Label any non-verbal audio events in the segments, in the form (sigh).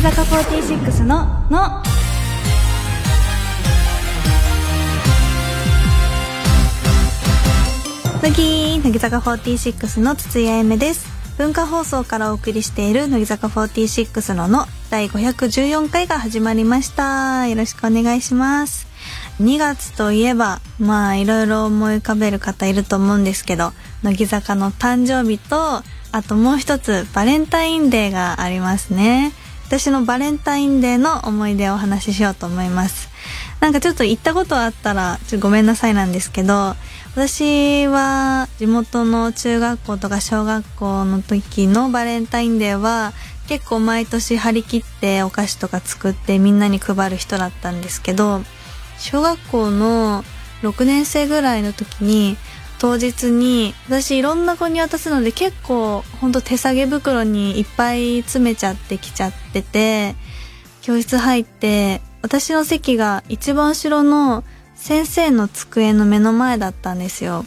坂46の「の」乃木乃木坂46の筒井あやめです文化放送からお送りしている乃木坂46のの第514回が始まりましたよろしくお願いします2月といえばまあいろいろ思い浮かべる方いると思うんですけど乃木坂の誕生日とあともう一つバレンタインデーがありますね私のバレンタインデーの思い出をお話ししようと思いますなんかちょっと行ったことあったらちょっとごめんなさいなんですけど私は地元の中学校とか小学校の時のバレンタインデーは結構毎年張り切ってお菓子とか作ってみんなに配る人だったんですけど小学校の6年生ぐらいの時に当日に私いろんな子に渡すので結構ほんと手提げ袋にいっぱい詰めちゃってきちゃってて教室入って私の席が一番後ろの先生の机の目の前だったんですよ、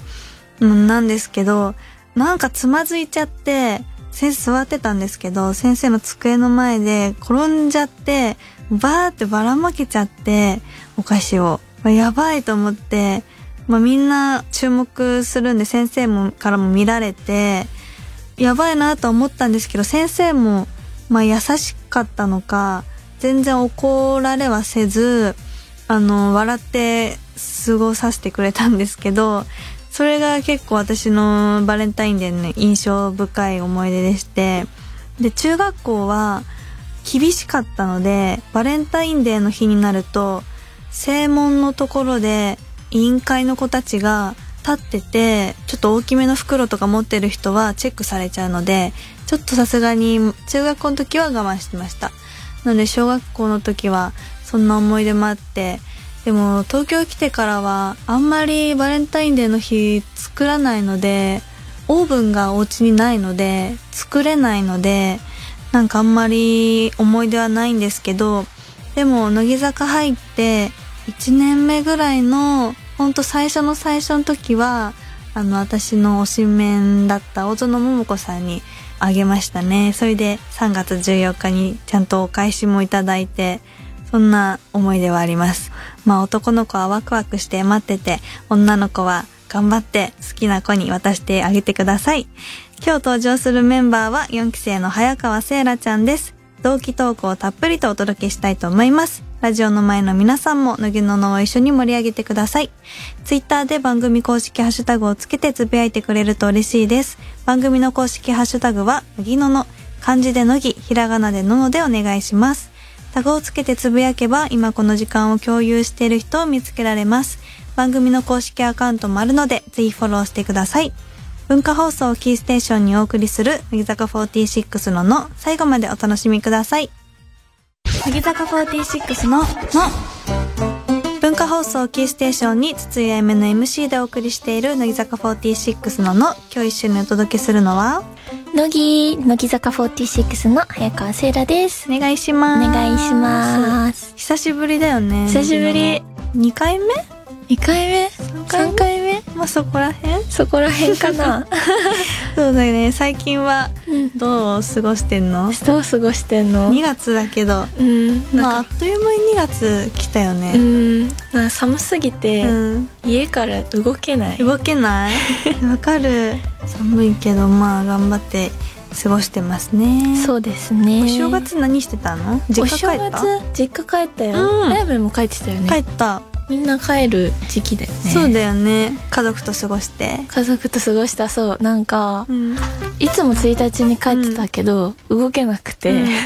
うん、なんですけどなんかつまずいちゃって先生座ってたんですけど先生の机の前で転んじゃってバーってばらまけちゃってお菓子をやばいと思って、まあ、みんな注目するんで先生もからも見られてやばいなとは思ったんですけど先生も、まあ、優しかったのか全然怒られはせずあの笑って過ごさせてくれたんですけどそれが結構私のバレンタインデーの印象深い思い出でしてで中学校は厳しかったのでバレンタインデーの日になると正門のところで委員会の子たちが立っててちょっと大きめの袋とか持ってる人はチェックされちゃうのでちょっとさすがに中学校の時は我慢してましたなので小学校の時はそんな思い出もあってでも東京来てからはあんまりバレンタインデーの日作らないのでオーブンがお家にないので作れないのでなんかあんまり思い出はないんですけどでも乃木坂入って1年目ぐらいのほんと最初の最初の時はあの私の推しメンだった大園桃子さんにあげましたねそれで3月14日にちゃんとお返しもいただいてそんな思い出はありますまあ男の子はワクワクして待ってて女の子は頑張って好きな子に渡してあげてください今日登場するメンバーは4期生の早川せいらちゃんです同期トークをたっぷりとお届けしたいと思いますラジオの前の皆さんも乃木ののを一緒に盛り上げてくださいツイッターで番組公式ハッシュタグをつけてつぶやいてくれると嬉しいです番組の公式ハッシュタグは乃木のの漢字で乃木ひらがなでののでお願いしますタグをつけてつぶやけば今この時間を共有している人を見つけられます番組の公式アカウントもあるのでぜひフォローしてください文化放送をキーステーションにお送りする乃木坂46のの最後までお楽しみください乃木坂46のの文化放送をキーステーションに筒井あやめの MC でお送りしている乃木坂46のの今日一緒にお届けするのは乃木乃木坂46の早川せいらですお願いしおます願いします久しぶりだよね久しぶり2回目2回目3回目まあそこら辺そこら辺かなそうだよね最近はうんどう過ごしてんのどう過ごしてんの2月だけどうんまあなんあっか、という間に2月来たうよねんなんか寒すぎて、うん家から動けない動け (laughs) ないわかる寒いけどまあ頑張って過ごしてますねうそうですねお正月何してたの実家帰ったお正月実家帰ったようんライブも帰ってたよ帰ねった、みんな帰る時期だよねそうだよね家族と過ごして家族と過ごしたそうなんかうんいつも1日に帰ってたけど、動けなくて、うん (laughs)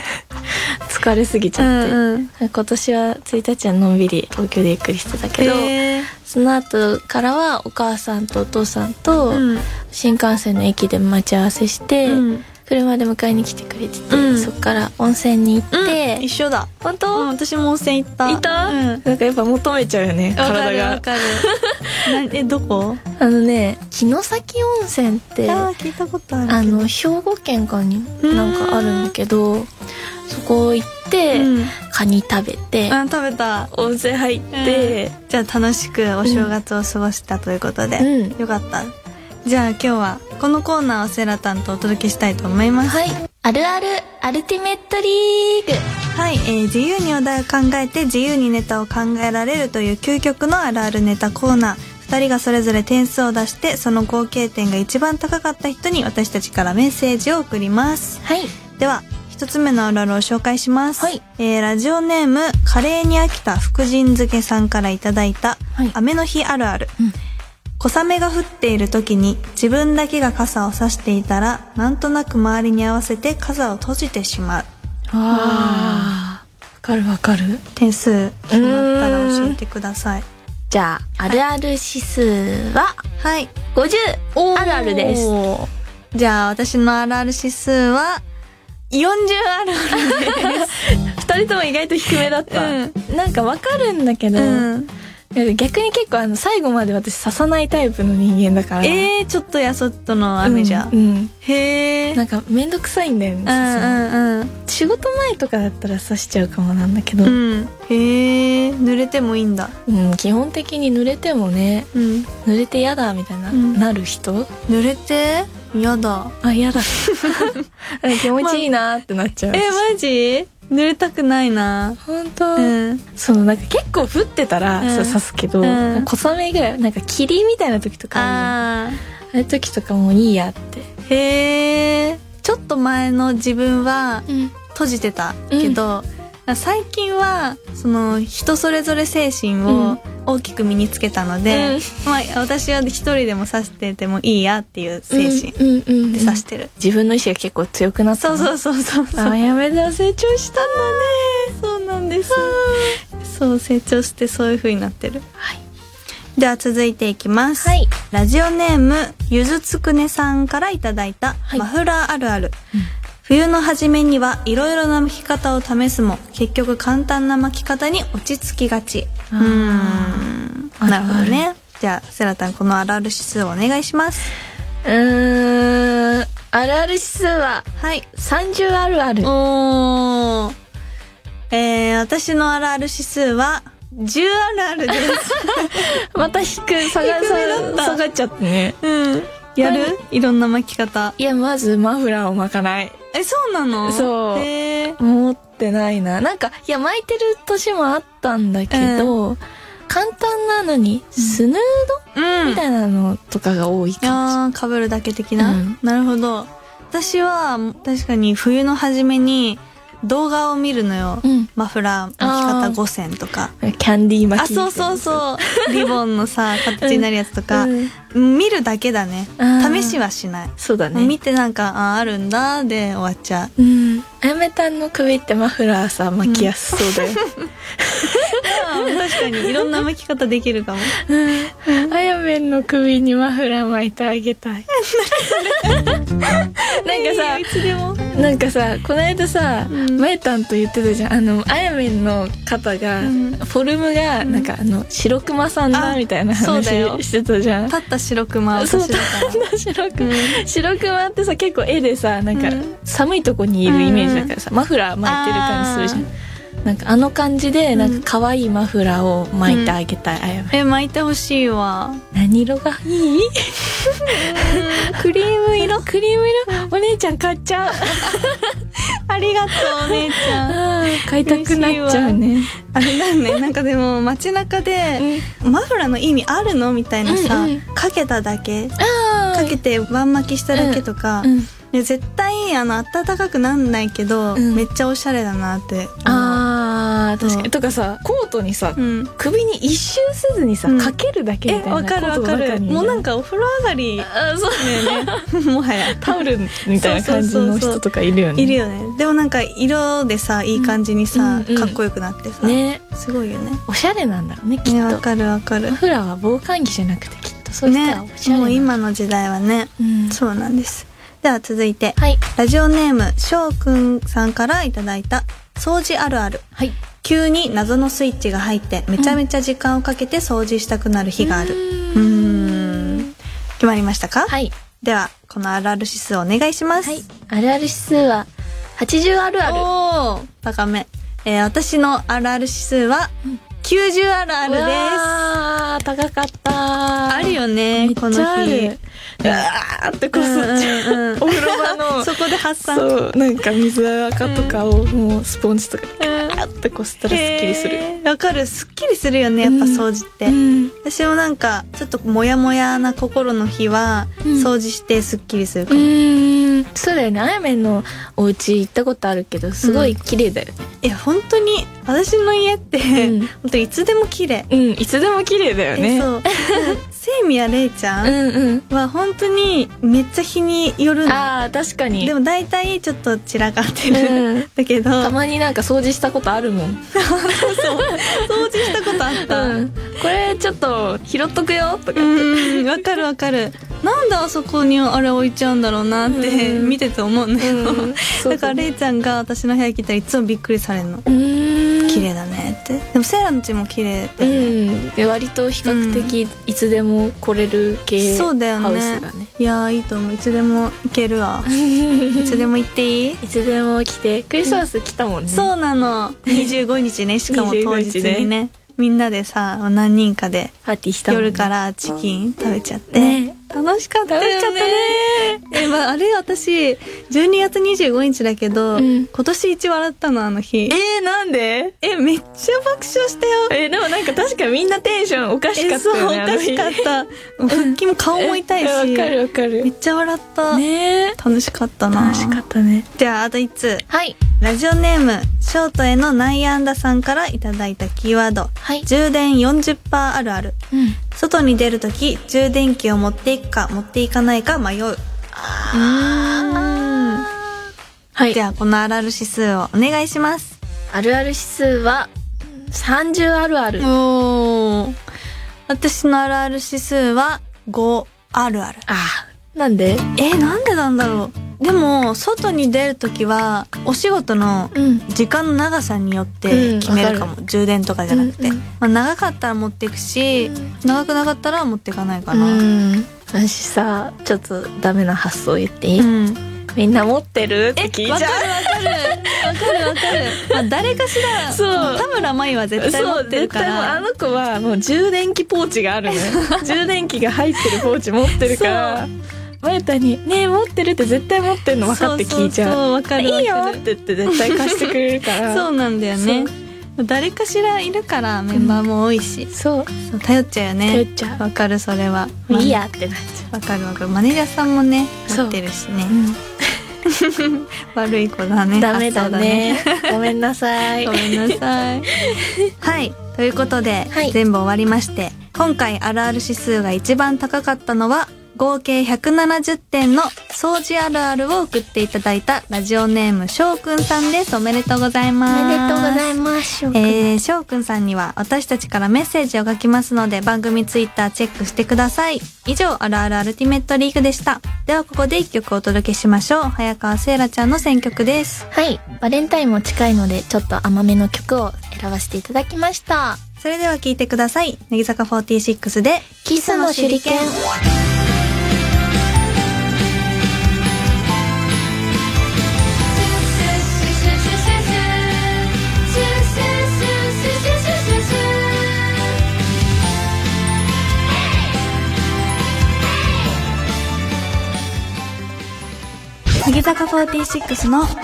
疲れすぎちゃって、うん今年は1日はのんびり東京でゆっくりしてたけど、えーその後からはお母さんとお父さんとうん新幹線の駅で待ち合わせして、うん車で迎えに来てくれてて、うんそっから温泉に行って、一緒だ本うん当、私も温泉行ったいた、うんなんかやっぱ求めちゃうよねわか体るわがかるなえどこあのね城崎温泉ってあー聞いたことあるけどあの兵庫県かにうんなんかあるんだけどそこ行って、うんカニ食べてあ食べた温泉入って、じゃあ楽しくお正月を過ごしたということで、うんよかったじゃあ今日はこのコーナーをセラタンとお届けしたいと思いますはいあるあるアルティメットリーグはい、えー自由にお題を考えて自由にネタを考えられるという究極のあるあるネタコーナー2人がそれぞれ点数を出してその合計点が一番高かった人に私たちからメッセージを送りますはいでは一つ目のあるあるを紹介します、はいえーラジオネームカレーに飽きた福神漬けさんからいただいた、はい雨の日あるある、うん小雨が降っている時に自分だけが傘を差していたらなんとなく周りに合わせて傘を閉じてしまうあーわかるわかる点数決まったら教えてくださいじゃああるある指数ははい50あるあるですじゃあ私のあるある指数は40ある (laughs) あるです二人とも意外と低めだった、うなんかわかるんだけど、うん逆に結構あの最後まで私刺さないタイプの人間だからえー、ちょっとやそっとの雨じゃ、うんうんへえなんかめんどくさいんだよね、刺すうんうんの仕事前とかだったら刺しちゃうかもなんだけど、うんうんへえ濡れてもいいんだうん基本的に濡れてもねうん濡れて嫌だみたいな、うんなる人濡れてやだあ (laughs) 嫌だ気持ちいいなってなっちゃう、えマジ濡れたくないな本当、うんそのなんか結構降ってたら、うんそう刺すけど、うん小雨ぐらいなんか霧みたいな時とかああるじゃんああいう時とかもういいやって、ーへえちょっと前の自分は閉じてたけど、最近はその人それぞれ精神うをん大きく身につけたので、まあ、私は一人でも刺しててもいいやっていう精神でうんうんうん刺してる、自分の意志が結構強くなったそうそううそうそうそうあやめだ成長したんだねそうなんですそう成長してそういう風になってるはいでは続いていきます、はいラジオネームゆずつくねさんからいただいたはいマフラーあるある、うん冬の初めにはいろいろな巻き方を試すも結局簡単な巻き方に落ち着きがちうあーーんあるなあるるほどねじゃあセラタンこのあるある指数をお願いしますうーんあるある指数ははい30あるあるおーえー、私のあるある指数は10あるあるです (laughs) また引く下が低めだった下がっちゃってねうんやるいろんな巻き方いやまずマフラーを巻かないえそうなのそうへー持ってないななんかいや巻いてる年もあったんだけど、簡単なのにスヌーうんドみたいなのとかが多いかもしれない、あーかぶるだけ的な、うんなるほど私は確かに冬の初めに動画を見るのよ、うんマフラー巻きあ方ー5選とかキャンディー巻あきみたいそうなそうそうリボン (laughs) のさ形になるやつとか、うん見るだけだねあー試しはしない、そうだね見てなんかあーあるんだで終わっちゃううんあやめたんの首ってマフラーさ巻きやすそうだ (laughs) よ、確かにいろんな巻き方できるかもあやめんの首にマフラー巻いてあげた (laughs) い (laughs) なんかさいつでもなんかさこの間さ、うんまえたんと言ってたじゃんあのあやめんの肩が、うんフォルムがなんかあの白熊さんだあみたいなそう話だよしてたじゃん立った白熊私だから白う熊、ん白熊ってさ結構絵でさなんかうん寒いとこにいるイメージだからさ、マフラー巻いてる感じするじゃんなんかあの感じでんなんか可愛いマフラーを巻いてあげたい、あやめえ巻いてほし (laughs) いわ何色がいいクリーム色クリーム色お姉ちゃん買っちゃうありがとうお姉ちゃんあー買いたくなっちゃうねあれだよねなんかでも街中でマフラーの意味あるのみたいなさ、うんうんかけただけあかけてワン巻きしただけとか、うんで絶対あの暖かくなんないけど、うんめっちゃおしゃれだなってあ、あー確かうにんとかさコートにさうん、首に一周せずにさうんかけるだけえみたいなわかるわかるもうなんかかお風呂上がりだあそうよ (laughs) ねもはやタオルみたいな感じの人とかいるよねいるよねでもなんか色でさいい感じにさ、うんうんかっこよくなってさ、ねすごいよねおしゃれなんだろうねきっねわとかるわかるマフラーは防寒着じゃなくてきっとそうしたねらおしゃれもなう今の時代はねうんそうなんですでは続いてはいラジオネームしょうくんさんからいただいた掃除あるあるはい急に謎のスイッチが入ってめちゃめちゃ時間をかけて掃除したくなる日があるううーんん決まりましたか、はいではこのあるある指数お願いします、はいあるある指数は80あるあるおー高め、えー私のあるある指数は90あるあるですあるです高かったあるよねめっこのちゃあ日るうわーってこそっちゃう、うんうんう (laughs) んお風呂場の (laughs) そこで発散そうなんか水垢とかをもうスポンジとかうんでガーってこすったらすっきりする、へーわかるすっきりするよねやっぱ掃除って、うん私もなんかちょっとモヤモヤな心の日は、うん掃除してすっきりするかうも、ーんそうだよねあやめのお家行ったことあるけどすごい綺麗だよねいや本当に私の家って、うん本当いつ (laughs) でも綺麗うん、いつでも綺麗だよえねそうセイミやレイちゃんんうんは本当にめっちゃ日によるのああ確かにでも大体ちょっと散らかってる、うんだけどた掃まになんか掃除したことあるもん、除したことあった、うん、これちょっと拾っとくよとか、うんわかるわかるなんであそこにあれ置いちゃうんだろうなってうん見てて思うんだよ、そうだからレイちゃんが私の部屋来たらいつもびっくりされるのうーん綺麗だねってでもセイラの家も綺麗うで、んで割と比較的いつでも来れる系そうだよねハウスだねいやーいいと思ういつでも行け (laughs) るわいつでも行っていいいつでも来てクリスマス来たもんね、そうなの25 (laughs) 日ねしかも当日にねみんなでさ何人かでパーティーしたもんね夜からチキン食べちゃって、ね楽しかったよ食べちゃったねえ、まあ、あれ私12月25日だけど、うん今年一笑ったのあのえ日ー、なんでえめっちゃ爆笑したよえーでもなんか確かみんなテンションおかしかえったそうよおねかしかった腹筋も顔も痛い (laughs) えーわかしるわかめっるちゃ笑った、ねえ楽しかったなったねじゃああと1通はいラジオネームショートへの内野安打さんからいただいたキーワードはい充電40%あるあるうん外に出るとき充電器を持っていくか持っていかないか迷ううーんはいじゃあこのあるある指数をお願いしますあるある指数は30あるあるおー私のあるある指数は5あるあるあーなんでえーなんでなんだろうでも外に出るときはお仕事のうん時間の長さによって決めるかも、充電とかじゃなくうて、んうんまあ、長かったら持っていくし、うん長くなかったら持っていかないかうな、ん私さちょっとダメな発想言っていい、うんみんな持ってるって聞いちゃわかるうわかるわかるわかる、まあ、誰かしらそう田村真由は絶対持そうってる絶か対もうあらの子はもう充電器ポーチがあるね充電器が入ってるポーチ持ってるからまゆたに「ねえ持ってる」って絶対持ってるの分かって聞いちそゃううそうそうわかるわかるいいよって言って絶対貸してくれるか (laughs) らそうなんだよね誰かしらいるからメンバーも多いし、そうそう頼っちゃうよ頼ねっちゃうわかるそれはもういいやってなっちゃわかるわかるマネージャーさんもねそう持ってるしう、ね悪い子だねダメだね (laughs) 発ごめんなさい想だねごめんなさいはいということで、はい全部終わりまして今回あるある指数が一番高かったのは合計170点の掃除あるあるを送っていただいたラジオネームしょうくんさんですおめでとうございおますいますえー、しょうくんさんには私たちからメッセージを書きますので番組ツイッターチェックしてください。以上、あるあるアルティメットリーグでした。ではここで一曲お届けしましょう。早川せいらちゃんの選曲です。はいバレンタインも近いのでちょっと甘めの曲を選ばせていただきましたそれでは聴いてください。乃木坂46で、キスの手裏剣乃木坂46の、の、乃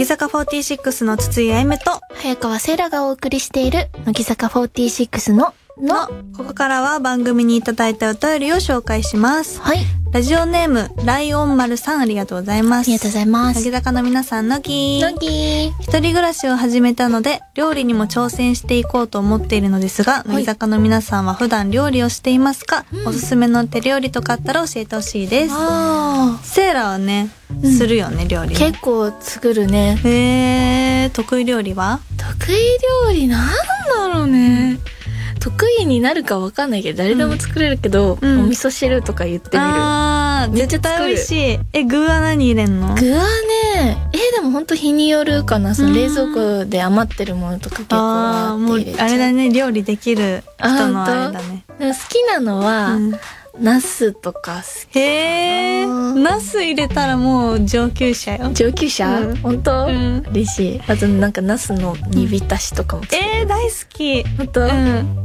木坂46の筒井あゆめと、早川セイラがお送りしている乃木坂46のの、ここからは番組にいただいたお便りを紹介します。はいラジオネーム、ライオン丸さんありがとうございあます。りがとうございます乃木坂の皆さん、のき乃ー。木一人暮らしを始めたので、料理にも挑戦していこうと思っているのですが、乃木坂の皆さんは普段料理をしていますか、うんおすすめの手料理とかあったら教えてほしいです。あセーラはね、うんするよね、料理ーね。結構作るねへー、得意料理は得意料理なんだろうね得意になるかわかんないけど誰でも作れるけど、うんお味噌汁とか言ってみるあー、めっちゃ絶作る対美味しい。え、具は何入れんの具はねえーでもほんと日によるかなそのうん冷蔵庫で余ってるものとか結構あー、もわーって入れうちゃうあれだね、料理できる人のあれだね。でも好きなのは、うんナスとか好へえナス入れたらもう上級者よき。上級者、うん本当、うん嬉しい。あとなんかナスの煮浸しとかも作る。えー、大好き本当、うん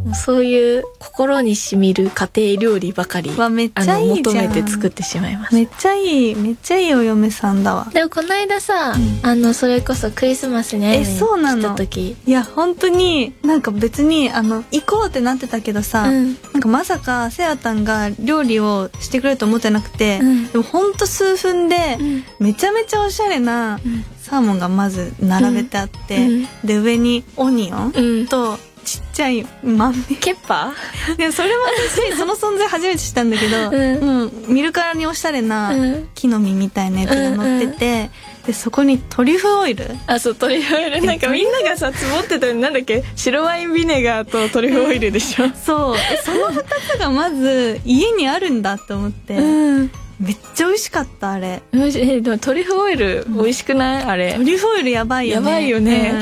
もうそういう心にしみる家庭料理ばかり、わめっあちゃの、いいじ求ゃんめて作ってしまいます。めっちゃいいめっちゃいいお嫁さんだわでもこの間さ、あのそれこそクリスマスに会いにえそうなの来た時いや本当になんか別にあの行こうってなってたけどさ、うんなんかまさかせやたんが料理をしてくれると思ってなくて、うんでもほんと数分でうんめちゃめちゃおしゃれなサーモンがまず並べてあって、うんで上にオニオンうんとちっちゃい豆ケッパでそれは (laughs) 私その存在初めて知ったんだけうど、んうん見るからにおしゃれなうん木の実みたいなやつが乗ってて、でそこにトリュフオイルあそうトリュフオイルなんかみんながさ積もってたのになんだっけ白ワインビネガーとトリュフオイルでしょ (laughs) そうえその2つがまず家にあるんだと思って、うんめっちゃ美味しかったあれむしえでもトリュフオイル美味しくないあれトリュフオイルやばいよやねばいよね、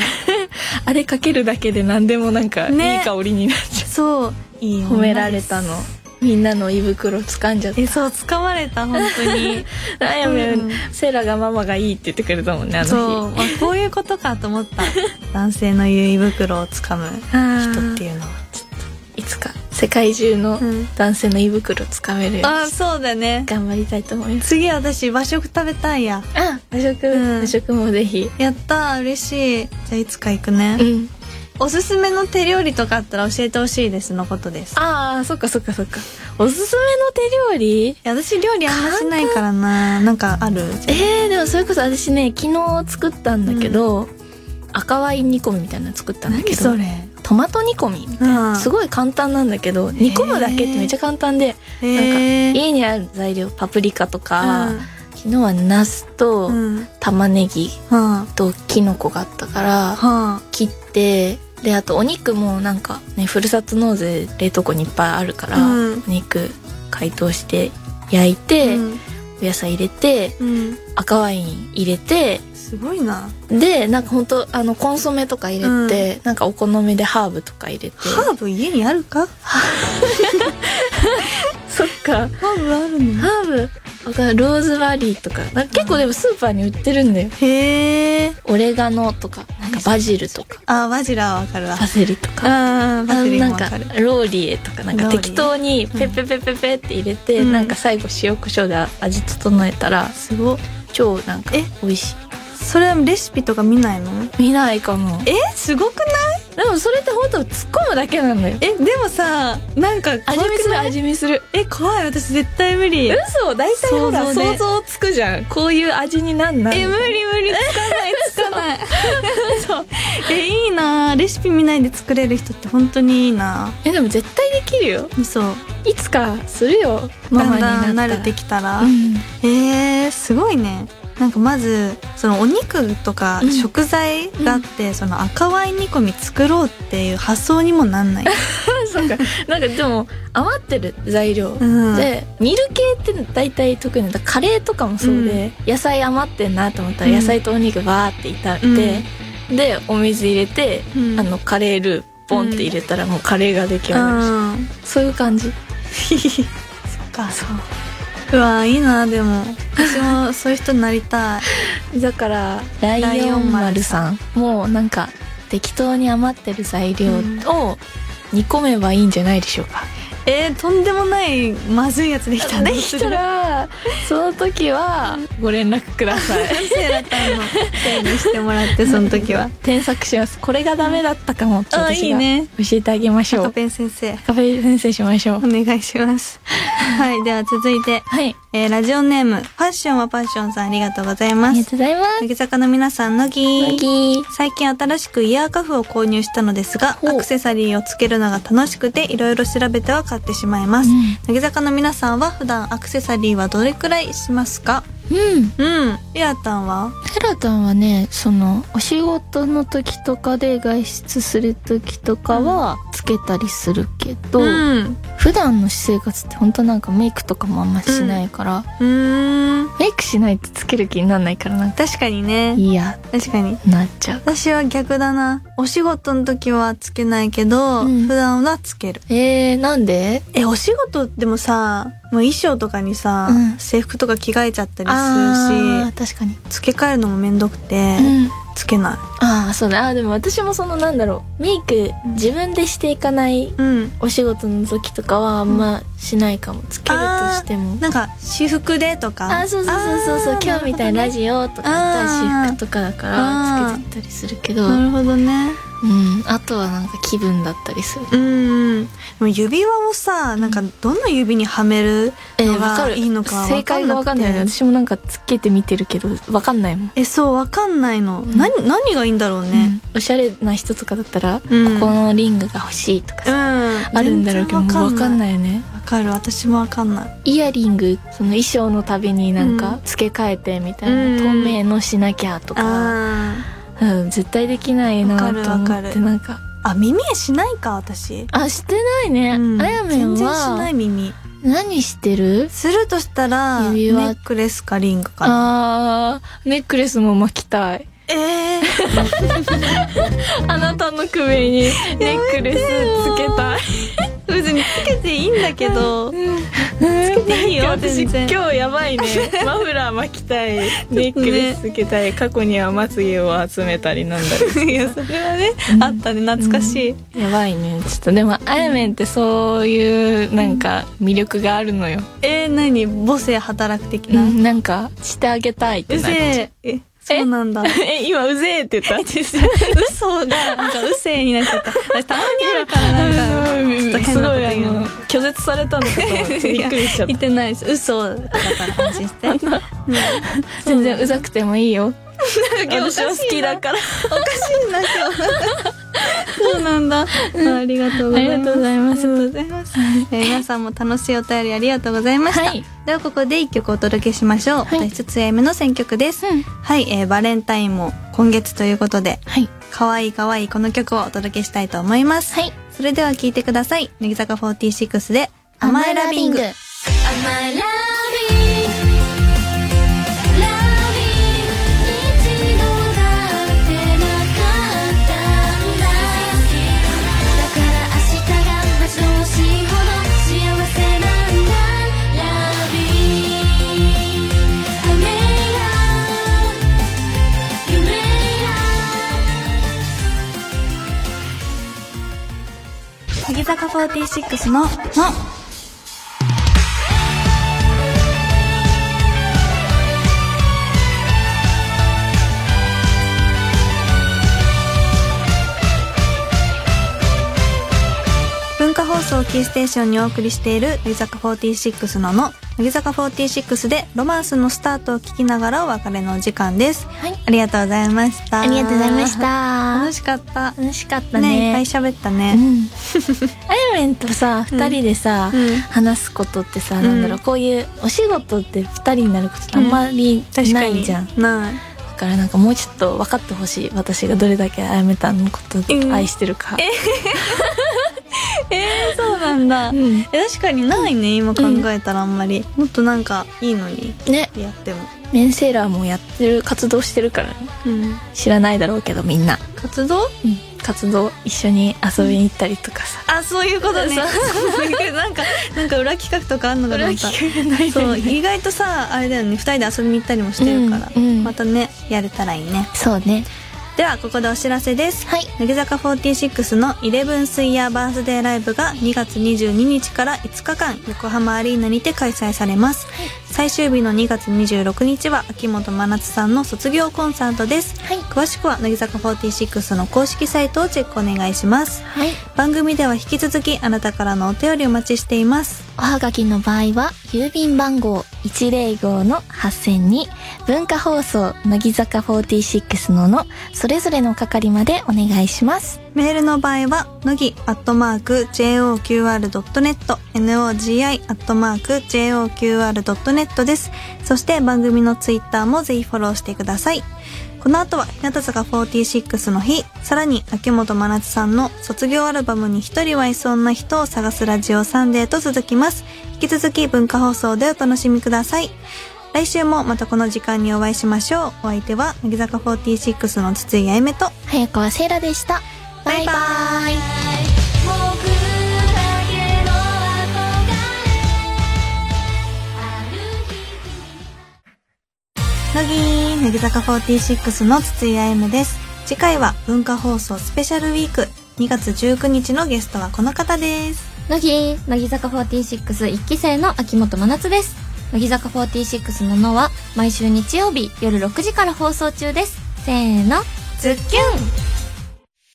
あれかけるだけで何でもなんかねいい香りになっちうんそういいゃう、女褒められたのみんなの胃袋掴んじゃったえそう掴まれた本当に (laughs) あやめ、うんセラがママがいいって言ってくれたもんねあの日そうあこういうことかと思った (laughs) 男性の言う胃袋を掴む人っていうのは、いつか世界中のうん男性の胃袋をつかめるようにあそうだね頑張りたいと思います。次私和食食べたいやあ、和食、うん和食もぜひ。やったー嬉しいじゃあいつか行くね、うん。おすすめの手料理とかあったら教えてほしいですのことですいああ、そっかそっかそっか。おすすめの手料理や私料理あんましないからななんかあるえー、でもそれこそ私ね、昨日作ったんだけど、赤ワイン煮込みみたいなの作ったんだけ何ど、それトマト煮込みみたいな、うんすごい簡単なんだけど、煮込むだけってめっちゃ簡単で、へー家にある材料、パプリカとか、昨日はナスとうんうんは玉ねぎあとキノコがあったから、は切ってであとお肉もなんかねふるさと納税冷凍庫にいっぱいあるから、うんお肉解凍して焼いあて、うんお野菜入れてうん赤ワイン入れてすごいなでなんかほんとあのコンソメとか入れて、なんかお好みでハーブとか入れてハーブ家にあるかそっかハーブあるのハーブわかんないローズマリーとかなんか結構でもスーパーに売ってるんだよへえオレガノとかなんかバジルとかあバジラはわかるわパセリとかあーバジルなもんわかかるローリエとかなんロかーリエ適当にペッペッペッペッペッって入れて、うんなんか最後塩コショウで味整えたらすごっ超なんかえ美味しいそれはレシピとか見ないの見ないかもえすごくないでもそれって本当突っ込むだけなんだよえでもさなんか怖味見すくるない味見するえ怖い私絶対無理嘘大体ほら想想像像,、でつくじゃんこういう味になんないえ無理無理つか (laughs) ないつかないそうえいいなレシピ見ないで作れる人って本当にいいなえでも絶対できるよそういつかするよマだマんになっただんら慣れてきたら、うんえー、すごいねなんかまずそのお肉とかうん食材があって、その赤ワイン煮込み作ろうっていう発想にもなんない、そうかなんかでも余ってる材料、うん、で煮る系って大体得意なんだカレーとかもそうで、野菜余ってんなと思ったらうん野菜とお肉バーって炒めて、でお水入れて、うんあのカレールーポンって入れたらもうカレーが出来上がるし、うん (laughs) そういう感じかそううわーいいなでも私もそういう人になりたいだからライオン丸さんもうなんか適当に余ってる材料を煮込めばいいんじゃないでしょうか、えー、とんでもないまずいやつできたねできたらその時はご連絡くださいセイラタンのせいにしてもらってその時は添削しますこれがダメだったかもってあい私いが教ねえてあげましょう赤ペン先生カフェ先生しましょうお。願いしますはいでは続いて、はい。えーラジオネームファッションはパッションさんありがとうございあまりがすとうございます。乃木坂の皆さん乃木次。最近新しくイヤーカフを購入したのですがほうアクセサリーをつけるのが楽しくていろいろ調べては買ってしまいます、うん乃木坂の皆さんは普段アクセサリーはどれくらいしますかうん。うんイラタンはセラタンはね、その、お仕事の時とかで外出する時とかは、つけたりするけど、うん普普段の私生活って本当なんかメイクとかもあんましないから、うーんメイクしないとつける気にならないからなんか確かにねいや確かになっちゃう私は逆だなお仕事の時はつけないけど、うん普段はつけるえー、なんでえお仕事でもさもう衣装とかにさ、うん制服とか着替えちゃったりあすあ確かに、るし付け替えるのもめんどくて、うん、つけないああそうだあーでも私もそのなんだろうメイクうん自分でしていかないうんお仕事の時とかはあんましないかもつけるとしてもなんか私服でとかあーそうそうそうそうそうあー今日みたいなラジオとかだったら私服とかだからあーつけてったりするけどなるほどねうんあとはなんか気分だったりするうんうんでも指輪をさなんかどの指にはめるえのー、わかがるいいのか正解がわかんないねわくて私もなんかつけてみてるけどわかんないもん、えそうわかんないの、ん何何がいいんだろうねうんおしゃれな人とかだったら、うんここのリングが欲しいとかうんさ、あるんだろうけどわかんいないよねわかる私もわかんないイヤリングその衣装のたびになんうかん付け替えてみたいな、うん透明のしなきゃとか、あうん、絶対できないなわかると思わかっるてなんかーあ耳絵しないか私あしてないね、うんあやめん全然しなはい耳何してるするとしたらネ指輪ックレスかリングかなあーネックレスも巻きたいえー、あなたの首に (laughs) ネックレスつけたい別につけていいんだけどつけていいよ (laughs) 私全然今日や (laughs) ばいねマフラー巻きたいネックレスつけたい過去にはまつげを集めたりなんだりいやそれはね、 (laughs) あったね懐かしい、やばいねちょっとでもあやめんってそういうなんか魅力があるのよ、えー、何母性働く的う、な、うんなんかしてあげたいってなっちゃうせええそうな (laughs) んだえ今うぜえって言った (laughs) 嘘だなんかうせえになっちゃった私たまに (laughs) あるからなんかちょっと変すなごこといあ言うのの拒絶されたのかと思ってびっくりしちゃっ言ってないです嘘だから安心して (laughs) 全然うざくてもいいよた私は好きだからおかしいな今日そうなんだ、あ、りがとうございまあすりがとうございますありがとうございます、えー皆さんも楽しいお便りありがとうございました、はいではここで一曲お届けしましょう、はい私つやめの選曲です、うんはい、えーバレンタインも今月ということではい可愛い可愛いこの曲をお届けしたいと思います、はいそれでは聴いてください乃木坂46で「甘えラビング」 My loving, loving 一度だってなかったんだだから明日が待ち遠しいほど幸せなんだ Loving 雨や夢や乃木坂46の「の」文化放送キーステーションにお送りしている乃木坂46の「の」乃木坂46でロマンスのスタートを聞きながらお別れのお時間ですはいありがとうございましたありがとうございました楽しかった楽しかったねいっぱいね喋ったうね、んあやめんとさ二人でさ、うん話すことってさ、んなんだろうこういうお仕事って二人になることってあんまりないじゃん、ないだからなんかもうちょっと分かってほしい私がどれだけあやめたのことうん愛してる (laughs) か、そうなんだ、うんえ確かにないね今考えたらあんまり、もっとなんかいいのにねやっても、メンセーラーもやってる活動してるからねうん、知らないだろうけどみんな、活動活動一緒に遊びに行ったりとかさ、あそういうことねそなんかなんか裏企画とかあんのかそれなはまた聞けないそようね意外とさあれだよね2人で遊びに行ったりもしてるから、うんうんまたねやれたらいいねそうねではここでお知らせですはい乃木坂46の11スイヤーバースデーライブが2月22日から5日間横浜アリーナにて開催されます、最終日の2月26日は秋元真夏さんの卒業コンサートです、はい詳しくは乃木坂46の公式サイトをチェックお願いしますはい番組では引き続きあなたからのお便りお待ちしていますおはがきの場合は郵便番号105の8000に文化放送乃木坂46ののそれぞれの係までお願いしますメールの場合は、のぎ、アットマーク、joqr.net、nogi、アットマーク、joqr.net です。そして番組のツイッターもぜひフォローしてください。この後は日向坂46の日、さらに秋元真夏さんの卒業アルバムに一人はいそうな人を探すラジオサンデーと続きます。引き続き文化放送でお楽しみください。来週もまたこの時間にお会いしましょう。お相手は乃木坂46の筒井あゆめと早川せいらでした。バイバイ。 「僕だけの憧れ」「ある日乃木乃木坂46の筒井あゆむです次回は文化放送スペシャルウィーク2月19日のゲストはこの方です乃木乃木坂46一期生の秋元真夏です乃木坂46ののは毎週日曜日夜6時から放送中ですせーのズッキュン